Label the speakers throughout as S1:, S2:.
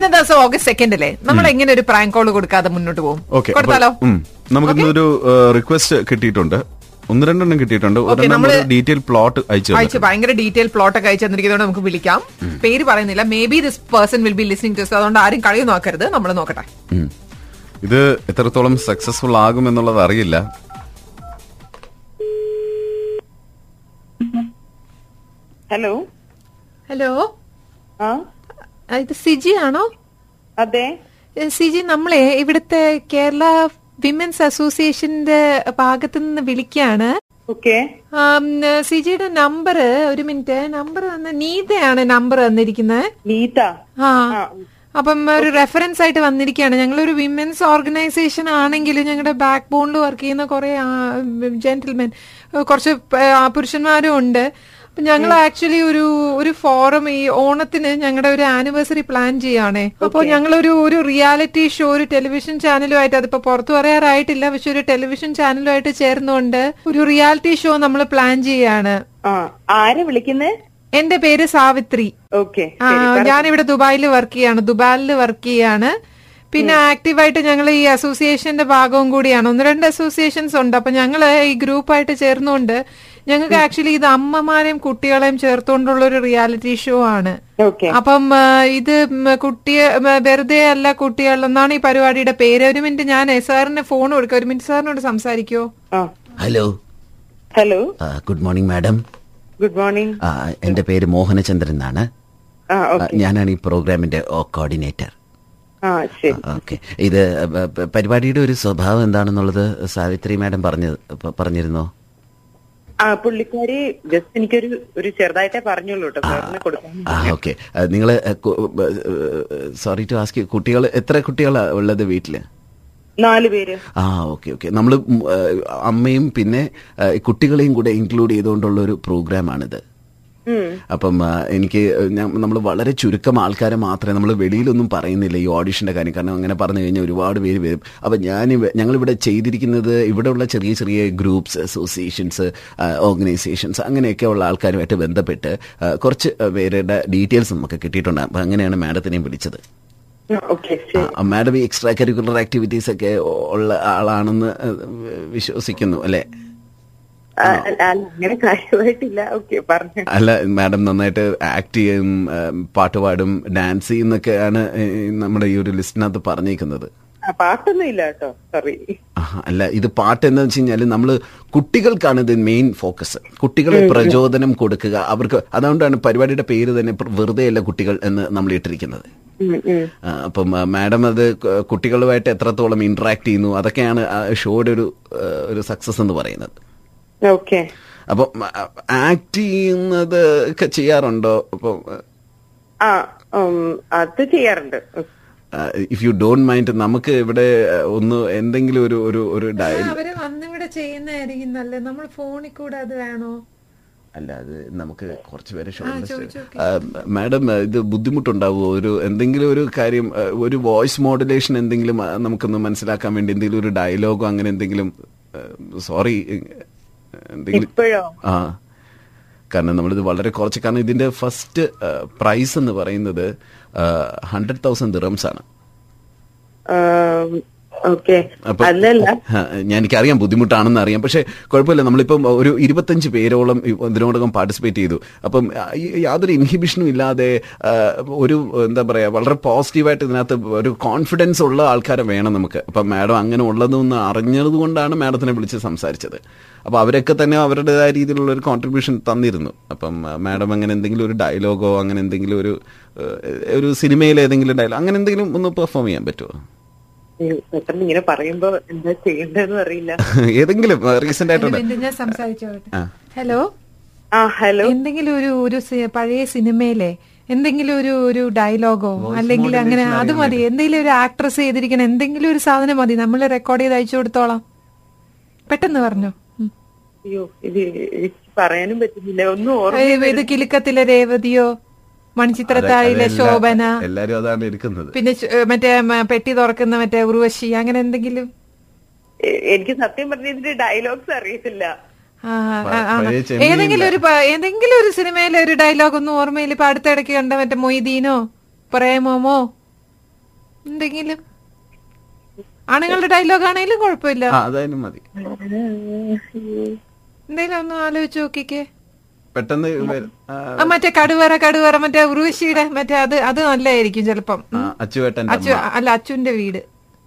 S1: ഇന്ന് ദിവസം August second അല്ലേ നമ്മൾ എങ്ങനെ ഒരു പ്രാങ്ക് കോൾ കൊടുക്കാതെ മുന്നോട്ട് പോകും
S2: ഓക്കെ
S1: കൊടുത്താലോ
S2: നമുക്ക് ഇന്നൊരു റിക്വസ്റ്റ് കിട്ടിയിട്ടുണ്ട് ഒന്ന് രണ്ടെണ്ണം കിട്ടിയിട്ടുണ്ട് ഒരെണ്ണം
S1: നമ്മള്
S2: ഡീറ്റെയിൽ പ്ലോട്ട് അയച്ചു
S1: അയച്ച് ഭയങ്കര ഡീറ്റെയിൽ പ്ലോട്ട് ഒക്കെ അയച്ചു തന്നിരിക്കുന്നതുകൊണ്ട് നമുക്ക് വിളിക്കാം പേര് പറയുന്നില്ല may be this person will be listening to അതുകൊണ്ട് ആരും കളി നോക്കരുത് നമ്മൾ നോക്കട്ടെ
S2: ഉം. ഇത് എത്രത്തോളം സക്സസ്ഫുൾ ആകും എന്നുള്ളത് അറിയില്ല
S3: ഹലോ
S1: ഹലോ
S3: ആ
S1: ഇത് സിജി ആണോ
S3: അതെ
S1: സിജി നമ്മളെ ഇവിടുത്തെ കേരള വിമൻസ് അസോസിയേഷന്റെ ഭാഗത്തു നിന്ന് വിളിക്കാണ്
S3: ഓക്കെ
S1: സിജിയുടെ നമ്പർ ഒരു മിനിറ്റ് നമ്പർ തന്ന നീതയാണ് നമ്പർ തന്നിരിക്കുന്നത്
S3: നീത
S1: ആ അപ്പം ഒരു റെഫറൻസ് ആയിട്ട് വന്നിരിക്കുകയാണ് ഞങ്ങൾ ഒരു വിമൻസ് ഓർഗനൈസേഷൻ ആണെങ്കിൽ ഞങ്ങളുടെ ബാക്ക് ബോണിൽ വർക്ക് ചെയ്യുന്ന കുറെ ജെന്റിൽമെൻ കുറച്ച് പ- ആ, പുരുഷന്മാരും ഉണ്ട് അപ്പൊ ഞങ്ങൾ ആക്ച്വലി ഒരു ഒരു ഫോറം ഈ ഓണത്തിന് ഞങ്ങളുടെ ഒരു ആനിവേഴ്സറി പ്ലാൻ ചെയ്യുകയാണേ അപ്പോൾ ഞങ്ങളൊരു ഒരു റിയാലിറ്റി ഷോ ഒരു ടെലിവിഷൻ ചാനലുമായിട്ട് അതിപ്പോ പുറത്തു പറയാറായിട്ടില്ല പക്ഷെ ഒരു ടെലിവിഷൻ ചാനലുമായിട്ട് ചേർന്നുകൊണ്ട് ഒരു റിയാലിറ്റി ഷോ നമ്മൾ പ്ലാൻ ചെയ്യാണ്
S3: ആ ആരാ വിളിക്കുന്നേ
S1: എന്റെ പേര് സാവിത്രി
S3: ഓക്കെ
S1: ആ, ഞാനിവിടെ ദുബായിൽ വർക്ക് ചെയ്യാണ് ദുബായിൽ വർക്ക് ചെയ്യാണ് പിന്നെ ആക്റ്റീവായിട്ട് ഞങ്ങൾ ഈ അസോസിയേഷന്റെ ഭാഗവും കൂടിയാണ് ഒന്ന് രണ്ട് അസോസിയേഷൻസ് ഉണ്ട് അപ്പൊ ഞങ്ങൾ ഈ ഗ്രൂപ്പായിട്ട് ചേർന്നുകൊണ്ട് ഞങ്ങൾക്ക് ആക്ച്വലി ഇത് അമ്മമാരെയും കുട്ടികളെയും ചേർത്തുകൊണ്ടുള്ള ഒരു റിയാലിറ്റി ഷോ ആണ്
S3: ഓക്കെ
S1: അപ്പം ആ, ഇത് ഉം, കുട്ടിയെ ഉം, വെറുതെ അല്ല കുട്ടികൾ എന്നാണ് ഈ പരിപാടിയുടെ പേര് ഒരു മിനിറ്റ് ഞാൻ സാറിന് ഫോൺ കൊടുക്കാം ഒരു മിനിറ്റ് സാറിനോട് സംസാരിക്കോ
S3: ആ
S4: ഹലോ
S3: ഹലോ
S4: ആ, good morning madam
S3: good morning
S4: ആ, എന്റെ പേര് മോഹനചന്ദ്രൻ എന്നാണ്
S3: ആ
S4: ആ,
S3: ഓക്കെ
S4: ഞാനാണ് ഈ പ്രോഗ്രാമിന്റെ കോർഡിനേറ്റർ
S3: ആ ശരി
S4: ഓക്കെ ഇത് പ- പ- പരിപാടിയുടെ ഒരു സ്വഭാവം എന്താണെന്നുള്ളത് സാവിത്രി മാഡം പറഞ്ഞു പ- പറഞ്ഞിരുന്നോ
S3: ആ പുള്ളിക്കാരി ജസ്റ്റ് എനിക്കൊരു ഒരു ചെറുതായിട്ടേ പറഞ്ഞുള്ളൂ കേട്ടോ സാറിന് കൊടുക്കാൻ
S4: ആ ഓക്കെ നിങ്ങൾ സോറി ടു ആസ്ക് കുട്ടികൾ എത്ര കുട്ടികളാണ് ഉള്ളത് വീട്ടിൽ
S3: നാല് പേര്
S4: ആ ഓക്കെ ഓക്കെ നമ്മൾ അമ്മയും പിന്നെ ആ, കുട്ടികളെയും കൂടെ ഇൻക്ലൂഡ് ചെയ്തുകൊണ്ടുള്ള ഒരു പ്രോഗ്രാമാണിത്
S3: ഉം
S4: അപ്പം ആ, എനിക്ക് നമ്മൾ വളരെ ചുരുക്കം ആൾക്കാരെ മാത്രമേ നമ്മൾ വെളിയിലൊന്നും പറയുന്നില്ല ഈ ഓഡിഷന്റെ കാര്യം കാരണം അങ്ങനെ പറഞ്ഞു കഴിഞ്ഞാൽ ഒരുപാട് പേര് വരും അപ്പം ഞാൻ ഞങ്ങളിവിടെ ചെയ്തിരിക്കുന്നത് ഇവിടെയുള്ള ചെറിയ ചെറിയ ഗ്രൂപ്പ്സ് അസോസിയേഷൻസ് ഓർഗനൈസേഷൻസ് അങ്ങനെയൊക്കെ ഉള്ള ആൾക്കാരുമായിട്ട് ബന്ധപ്പെട്ട് ആ, കുറച്ച് പേരുടെ ഡീറ്റെയിൽസ് നമുക്ക് കിട്ടിയിട്ടുണ്ട് അപ്പം അങ്ങനെയാണ് മാഡത്തിനെയും വിളിച്ചത്
S3: ഓക്കെ ശരി
S4: ആ, മാഡം ഈ എക്സ്ട്രാ കരിക്കുലർ ആക്ടിവിറ്റീസ് ഒക്കെ ഉള്ള ആളാണെന്ന് ആ, വിശ്വസിക്കുന്നു അല്ലേ
S3: ആ, അല്ല, അല്ല, അങ്ങനെ കാര്യമായിട്ടില്ല ഓക്കെ പറഞ്ഞു
S4: അല്ല മാഡം നന്നായിട്ട് ആക്ട് ചെയ്യും ആ, പാട്ട് പാടും ഡാൻസ് ചെയ്യുന്നൊക്കെയാണ് ഏ, നമ്മുടെ ഈ ഒരു ലിസ്റ്റിനകത്ത് പറഞ്ഞേക്കുന്നത്
S3: ആ പാട്ടൊന്നും ഇല്ല കേട്ടോ സോറി
S4: ആഹാ, അല്ല ഇത് പാട്ട് എന്താ വെച്ച് കഴിഞ്ഞാൽ നമ്മൾ കുട്ടികൾക്കാണ് ഇത് മെയിൻ ഫോക്കസ് കുട്ടികളെ പ്രചോദനം കൊടുക്കുക അവർക്ക് അതുകൊണ്ടാണ് പരിപാടിയുടെ പേര് തന്നെ പ്ര- വെറുതെയല്ല കുട്ടികൾ എന്ന് നമ്മൾ ഇട്ടിരിക്കുന്നത് ആ, അപ്പം ആ, മാഡം അത് കു- കുട്ടികളുമായിട്ട് എത്രത്തോളം ഇന്ററാക്ട് ചെയ്യുന്നു അതൊക്കെയാണ് ആ ഷോയുടെ ഒരു ആ, ഒരു സക്സസ് എന്ന് പറയുന്നത്
S3: ഓക്കെ
S4: അപ്പം ആക്ട് ചെയ്യുന്നത് ഒക്കെ ചെയ്യാറുണ്ടോ അപ്പം
S3: ആ ഉം, അത് ചെയ്യാറുണ്ട്
S4: ഇഫ് യു ഡോണ്ട് മൈൻഡ് നമുക്ക് ഇവിടെ uh, ഒന്ന് എന്തെങ്കിലും ഒരു ഒരു ഒരു ഡയൽ
S1: അവര് വന്നിവിടെ ചെയ്യുന്നതായിരിക്കും നല്ലത് നമ്മൾ ഫോണിൽ കൂടെ അത് വേണോ
S4: അല്ല അത് നമുക്ക് കുറച്ച് പേരെ മാഡം ഇത് ബുദ്ധിമുട്ടുണ്ടാവുമോ ഒരു എന്തെങ്കിലും ഒരു കാര്യം uh, ഒരു വോയിസ് മോഡുലേഷൻ എന്തെങ്കിലും uh, നമുക്കൊന്ന് മനസ്സിലാക്കാൻ വേണ്ടി എന്തെങ്കിലും ഒരു ഡയലോഗോ അങ്ങനെ എന്തെങ്കിലും സോറി എന്തെങ്കിലും
S3: ഇപ്പോഴോ
S4: ആ കാരണം നമ്മളിത് വളരെ കുറച്ച് കാരണം ഇതിന്റെ ഫസ്റ്റ് പ്രൈസ് എന്ന് പറയുന്നത് ഹൺഡ്രഡ് തൗസൻഡ് ദിറംസ് ആണ്
S3: ഓക്കെ
S4: അപ്പൊ-
S3: അല്ലല്ല
S4: ആ, ഞാൻ എനിക്കറിയാം ബുദ്ധിമുട്ടാണെന്ന് അറിയാം പക്ഷേ കുഴപ്പമില്ല നമ്മളിപ്പം ഒരു ഇരുപത്തഞ്ച് പേരോളം ഇ- ഇതിനോടകം പാർട്ടിസിപ്പേറ്റ് ചെയ്തു അപ്പം ആ, ഈ- യാതൊരു ഇൻഹിബിഷനും ഇല്ലാതെ ആ, ഒരു എന്താ പറയാ വളരെ പോസിറ്റീവായിട്ട് ഇതിനകത്ത് ഒരു കോൺഫിഡൻസ് ഉള്ള ആൾക്കാരെ വേണം നമുക്ക് അപ്പം മാഡം അങ്ങനെ ഉള്ളതെന്ന് അറിഞ്ഞത് കൊണ്ടാണ് മാഡത്തിനെ വിളിച്ച് സംസാരിച്ചത് അപ്പോൾ അവരൊക്കെ തന്നെ അവരുടേതായ രീതിയിലുള്ള ഒരു കോൺട്രിബ്യൂഷൻ തന്നിരുന്നു അപ്പം ആ, മാഡം അങ്ങനെ എന്തെങ്കിലും ഒരു ഡയലോഗോ അങ്ങനെ എന്തെങ്കിലും ഒരു ഏഹ്, ഒരു സിനിമയിലെ ഏതെങ്കിലും ഡയലോഗ് അങ്ങനെ എന്തെങ്കിലും ഒന്ന് പെർഫോം ചെയ്യാൻ പറ്റുമോ
S3: ഉം, പെട്ടെന്ന് ഇങ്ങനെ പറയുമ്പോ എന്താ ചെയ്യണ്ടെന്ന് അറിയില്ല
S4: ഏതെങ്കിലും
S1: ഒരു
S4: റീസെന്റ് ആയിട്ടുണ്ട്
S1: മിനിറ്റ് ഞാൻ സംസാരിച്ചോട്ടെ
S4: ആ.
S1: ഹലോ
S3: ആ ഹലോ
S1: എന്തെങ്കിലും ഒരു ഒരു സി- പഴയ സിനിമയിലെ എന്തെങ്കിലും ഒരു ഒരു ഡയലോഗോ അല്ലെങ്കിൽ അങ്ങനെ അത് മതി എന്തെങ്കിലും ഒരു ആക്ട്രസ് ചെയ്തിരിക്കണം എന്തെങ്കിലും ഒരു സാധനം മതി നമ്മൾ റെക്കോർഡ് ചെയ്ത് അയച്ചു കൊടുത്തോളാം പെട്ടെന്ന് പറഞ്ഞു ഉം.
S3: അയ്യോ ഇത് എനിക്ക് പറയാനും പറ്റുന്നില്ല ഒന്നും ഓർമ്മ
S1: ഏയ് ഇത് കിലുക്കത്തിലെ രേവതിയോ മണിച്ചിത്രത്താഴിലെ ശോഭന
S2: എല്ലാരും അതാണ് എടുക്കുന്നത്
S1: പിന്നെ ച്- ഏ, മറ്റേ മ, പെട്ടി തുറക്കുന്ന മറ്റേ ഉർവശി അങ്ങനെ എന്തെങ്കിലും
S3: എ- എനിക്ക് സത്യം പറഞ്ഞ ഇതിന്റെ ഡയലോഗ്സ് അറിയത്തില്ല
S1: ആ, ആ, ആ.
S2: പഴയ ചെമ്മീൻ
S1: ഏതെങ്കിലും ഒരു പ- ഏതെങ്കിലും ഒരു സിനിമയിലെ ഒരു ഡയലോഗ് ഒന്നും ഓർമ്മയിൽ ഇപ്പൊ അടുത്തിടയ്ക്ക് കണ്ട മറ്റേ മൊയ്തീനോ പ്രേമോമോ എന്തെങ്കിലും ആണുങ്ങളുടെ ഡയലോഗ് ആണെങ്കിലും കുഴപ്പമില്ല
S4: ആ അതായാലും മതി
S1: എന്തെങ്കിലും ഒന്ന് ആലോചിച്ച് നോക്കിക്കേ
S4: പെട്ടെന്ന് വര- ആ,
S1: ആ, മറ്റേ കടുവറ കടുവറ മറ്റേ ഉർവശിയുടെ മറ്റേ അത് അത് നല്ലതായിരിക്കും ചിലപ്പം
S4: ആ, അച്ചുവേട്ടന്റെ
S1: അച്ചു അല്ല അച്ചുവിന്റെ വീട്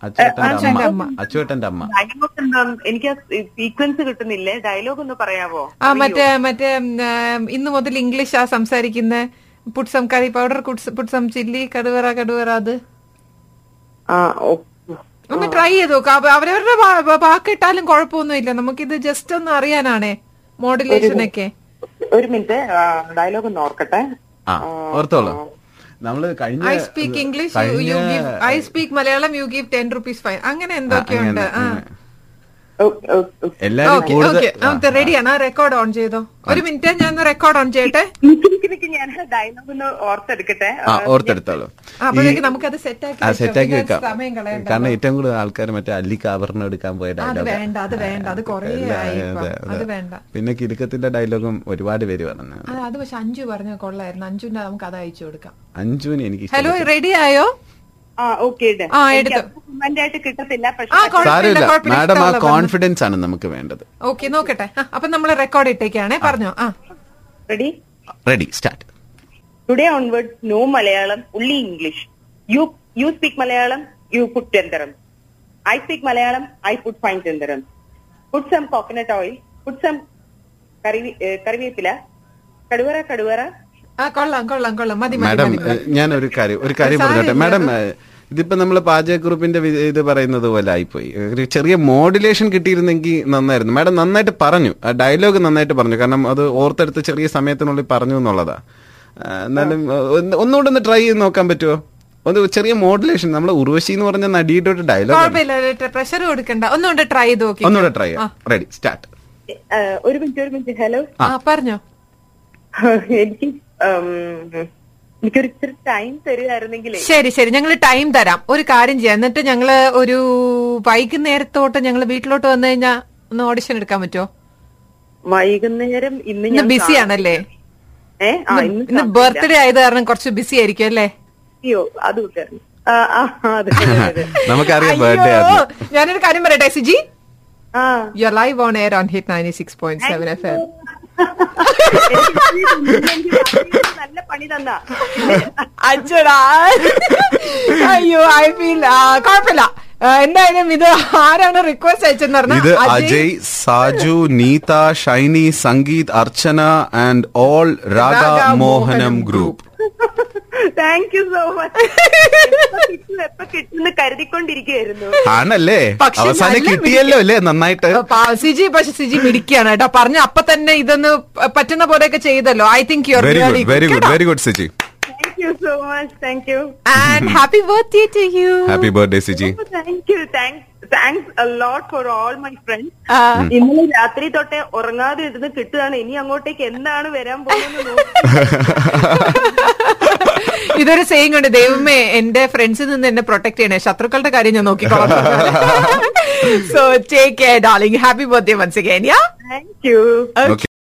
S4: അച്ചുവേട്ടന്റെ
S1: അച്ഛന്റെ
S4: അമ്മ അച്ചുവേട്ടന്റെ അമ്മ
S3: ഡയലോഗ് എന്താ- എനിക്ക് ആ സീക്വൻസ് കിട്ടുന്നില്ലേ ഡയലോഗ് ഒന്ന് പറയാവോ
S1: ആ മറ്റേ മറ്റേ ഉം, ആ, ഇന്ന് മുതൽ ഇംഗ്ലീഷ് ആ സംസാരിക്കുന്ന put some curry powder put some chilli കടുവറ കടുവറ അത്
S3: ആ ഓ
S1: ഒന്ന് ട്രൈ ചെയ്ത് നോക്കാം അവ- അവരവരുടെ വാ- വാ- വാക്കിട്ടാലും കുഴപ്പമൊന്നുമില്ല നമുക്കിത് ജസ്റ്റ് ഒന്ന് അറിയാനാണേ മോഡുലേഷൻ ഒക്കെ
S3: ഒരു മിനിറ്റ് ഡയലോഗ് ഒന്ന് ഓർക്കട്ടെ
S4: ആ ഓർത്തോളാം നമ്മള് കഴിഞ്ഞ
S1: I speak English you give I speak Malayalam you give ten rupees fine അങ്ങനെ എന്തൊക്കെയുണ്ട് ആ
S3: ഓ, ഓ, ഓ.
S4: എല്ലാരും
S1: ഓക്കെ
S4: കൂടുതൽ
S1: ഓക്കെ റെഡിയാണ് ആ റെക്കോർഡ് ഓൺ ചെയ്തോ ഒരു മിനിറ്റ് ഞാൻ റെക്കോർഡ് ഓൺ ചെയ്യട്ടെ
S3: നിക്ക് നിക്ക് നിക്ക് ഞാൻ ഡയലോഗ് ഒന്ന് ഓർത്തെടുക്കട്ടെ
S4: ആ ഓർത്തെടുത്തോളൂ
S1: ആ, അപ്പോഴേക്ക് നമുക്കത് സെറ്റാക്കി
S4: ആ സെറ്റാക്കി
S1: വെക്കാം.
S4: വെക്കാം
S1: സമയം കളയണ്ട.
S4: കാരണം ഏറ്റവും കൂടുതൽ ആൾക്കാർ മറ്റേ അല്ലി കാവറിന് എടുക്കാൻ പോയ
S1: അത്
S4: ഡയലോഗ്
S1: വേണ്ട അത് വേണ്ട അത് കുറേ ആയി ഇപ്പം. അത് വേണ്ട
S4: പിന്നെ കിലുക്കത്തിന്റെ ഡയലോഗും ഒരുപാട് പേര് പറഞ്ഞു
S1: അത് അത് പക്ഷെ അഞ്ചു പറഞ്ഞ കൊള്ളായിരുന്നു അഞ്ചുവിന്റെ നമുക്ക് അത് അയച്ചു കൊടുക്കാം
S4: അഞ്ജുവിന് എനിക്ക് ഇഷ്ടം.
S1: ഹലോ റെഡി ആയോ
S3: ആ ഓക്കെ ഇട്
S1: ആ,
S3: എനിക്ക്
S1: എടുത്തു.
S3: കമന്റ് ആയിട്ട് കിട്ടത്തില്ല
S1: ആ
S3: പക്ഷെ
S1: കുഴപ്പമില്ല
S4: സാരമില്ല
S1: കുഴപ്പമില്ല
S4: മാഡം ആ
S1: ഇഷ്ടമുള്ള പറഞ്ഞു.
S4: കോൺഫിഡൻസ് ആണ് നമുക്ക് വേണ്ടത്
S1: ഓക്കെ നോക്കട്ടെ ആ, അപ്പൊ നമ്മൾ റെക്കോർഡ് ഇട്ടേക്കാണേ പറഞ്ഞോ ആ
S3: ready
S4: ready start
S3: today onward no Malayalam only English you you speak Malayalam you put ചെന്തരം I speak Malayalam I put fine ചെന്തരം put some coconut oil put some കറിവേപ്പില കടുവറ കടുവറ
S1: ആ കൊള്ളാം കൊള്ളാം കൊള്ളാം മതി മതി
S4: മാഡം
S1: മതി മതി.
S4: ഞാൻ ഒരു കാര്യം ഒരു കാര്യം പറഞ്ഞോട്ടെ മാഡം ഇതിപ്പോ നമ്മൾ പാചകക്കുറിപ്പിന്റെ വി- ഇത് പറയുന്നത് പോലെ ആയിപ്പോയി ഒരു ചെറിയ മോഡുലേഷൻ കിട്ടിയിരുന്നെങ്കിൽ നന്നായിരുന്നു മാഡം നന്നായിട്ട് പറഞ്ഞു ആ ഡയലോഗ് നന്നായിട്ട് പറഞ്ഞു കാരണം അത് ഓർത്തെടുത്ത് ചെറിയ സമയത്തിനുള്ളിൽ പറഞ്ഞു എന്നുള്ളതാ ആ, എന്നാലും ആ, ഒന്ന് ഒന്നുകൂടെ ഒന്ന് ട്രൈ ചെയ്ത് നോക്കാൻ പറ്റുമോ ഒന്ന് ചെറിയ മോഡുലേഷൻ നമ്മൾ ഉർവശി എന്ന് പറഞ്ഞ നടിയുടെ ഒരു ഡയലോഗ്
S1: കുഴപ്പമില്ല പ്രഷർ കൊടുക്കണ്ട ഒന്നുകൊണ്ട് ട്രൈ ചെയ്ത് നോക്കി
S4: ഒന്നുകൂടെ ട്രൈ ചെയ്യാം റെഡി സ്റ്റാർട്ട്
S3: ഒരു മിനിറ്റ് ഒരു മിനിറ്റ് ഹലോ
S1: ആ പറഞ്ഞോ
S3: എനിക്ക് ഉം, എനിക്കൊരു ഇച്ചിരി ടൈം തരുമായിരുന്നെങ്കിലേ
S1: ശരി ശരി ഞങ്ങൾ ടൈം തരാം ഒരു കാര്യം ചെയ്യാം എന്നിട്ട് ഞങ്ങള് ഒരു വൈകുന്നേരത്തോട്ട് ഞങ്ങൾ വീട്ടിലോട്ട് വന്നു കഴിഞ്ഞാൽ ഒന്ന് ഓഡിഷൻ എടുക്കാൻ പറ്റുമോ
S3: വൈകുന്നേരം ഇന്ന്
S1: ഇന്ന്
S3: ഞാൻ
S1: ബിസി ആണല്ലേ
S3: ഏ ആ
S1: ഇന്ന് ഇന്ന് ബർത്ത്ഡേ ആയത് കാരണം കുറച്ച് ബിസി ആയിരിക്കും അല്ലേ
S3: ബിസിയോ അത് വിട്ടായിരുന്നു. ആ ആ ആ, അതെ അതെ, അതെ.
S4: നമുക്കറിയാം
S1: അയ്യോ,
S4: ബർത്ത്ഡേ ആണ്
S1: ഞാനൊരു കാര്യം പറയട്ടെ സിജി
S3: ആ
S1: you live on air on Hit ninety six point seven F M
S3: എനിക്ക് നല്ല പണി തന്നാ
S1: അച്ഛടാ അയ്യോ ഐ ഫീൽ കുഴപ്പമില്ല ആ, എന്തായാലും ഇത് ആരാണ് റിക്വസ്റ്റ് അയച്ചെന്ന്
S2: ഇത്
S1: പറഞ്ഞാൽ
S2: Ajay Saju Neetha Shiny Sangeeth Archana and all Raga
S1: Raga Mohanam
S2: Mohanam group
S3: thank you so much എപ്പൊ കിട്ടുന്ന കരുതിക്കൊണ്ടിരിക്കുകയായിരുന്നു
S2: ആണല്ലേ
S1: പക്ഷേ
S2: അവസാനം
S1: നല്ല
S2: കിട്ടിയല്ലോ അല്ലേ നന്നായിട്ട്
S1: പാ- സിജി പക്ഷെ സിജി മിടിക്കുകയാണ് കേട്ടോ പറഞ്ഞ അപ്പൊ തന്നെ ഇതൊന്ന് പ- പറ്റുന്ന പോലെയൊക്കെ ചെയ്തല്ലോ I think you
S2: very good very good very good Siji
S3: thank you so much thank you
S1: and happy birthday to you
S2: happy birthday Siji
S3: thank you thanks thanks lot for all my friends ഇന്നലെ രാത്രി തൊട്ടേ ഉറങ്ങാതെ ഇരുന്ന് കിട്ടുകയാണ് ഇനി അങ്ങോട്ടേക്ക് എന്താണ് വരാൻ പോകുന്നത്
S1: ഇതൊരു സെയിങ് ഉണ്ട് ദൈവമേ എന്റെ ഫ്രണ്ട്സിൽ നിന്ന് എന്നെ പ്രൊട്ടക്ട് ചെയ്യണേ ശത്രുക്കളുടെ കാര്യം ഞാൻ നോക്കിക്കോളാം so take care darling happy birthday once again yeah
S3: thank you
S2: Okay,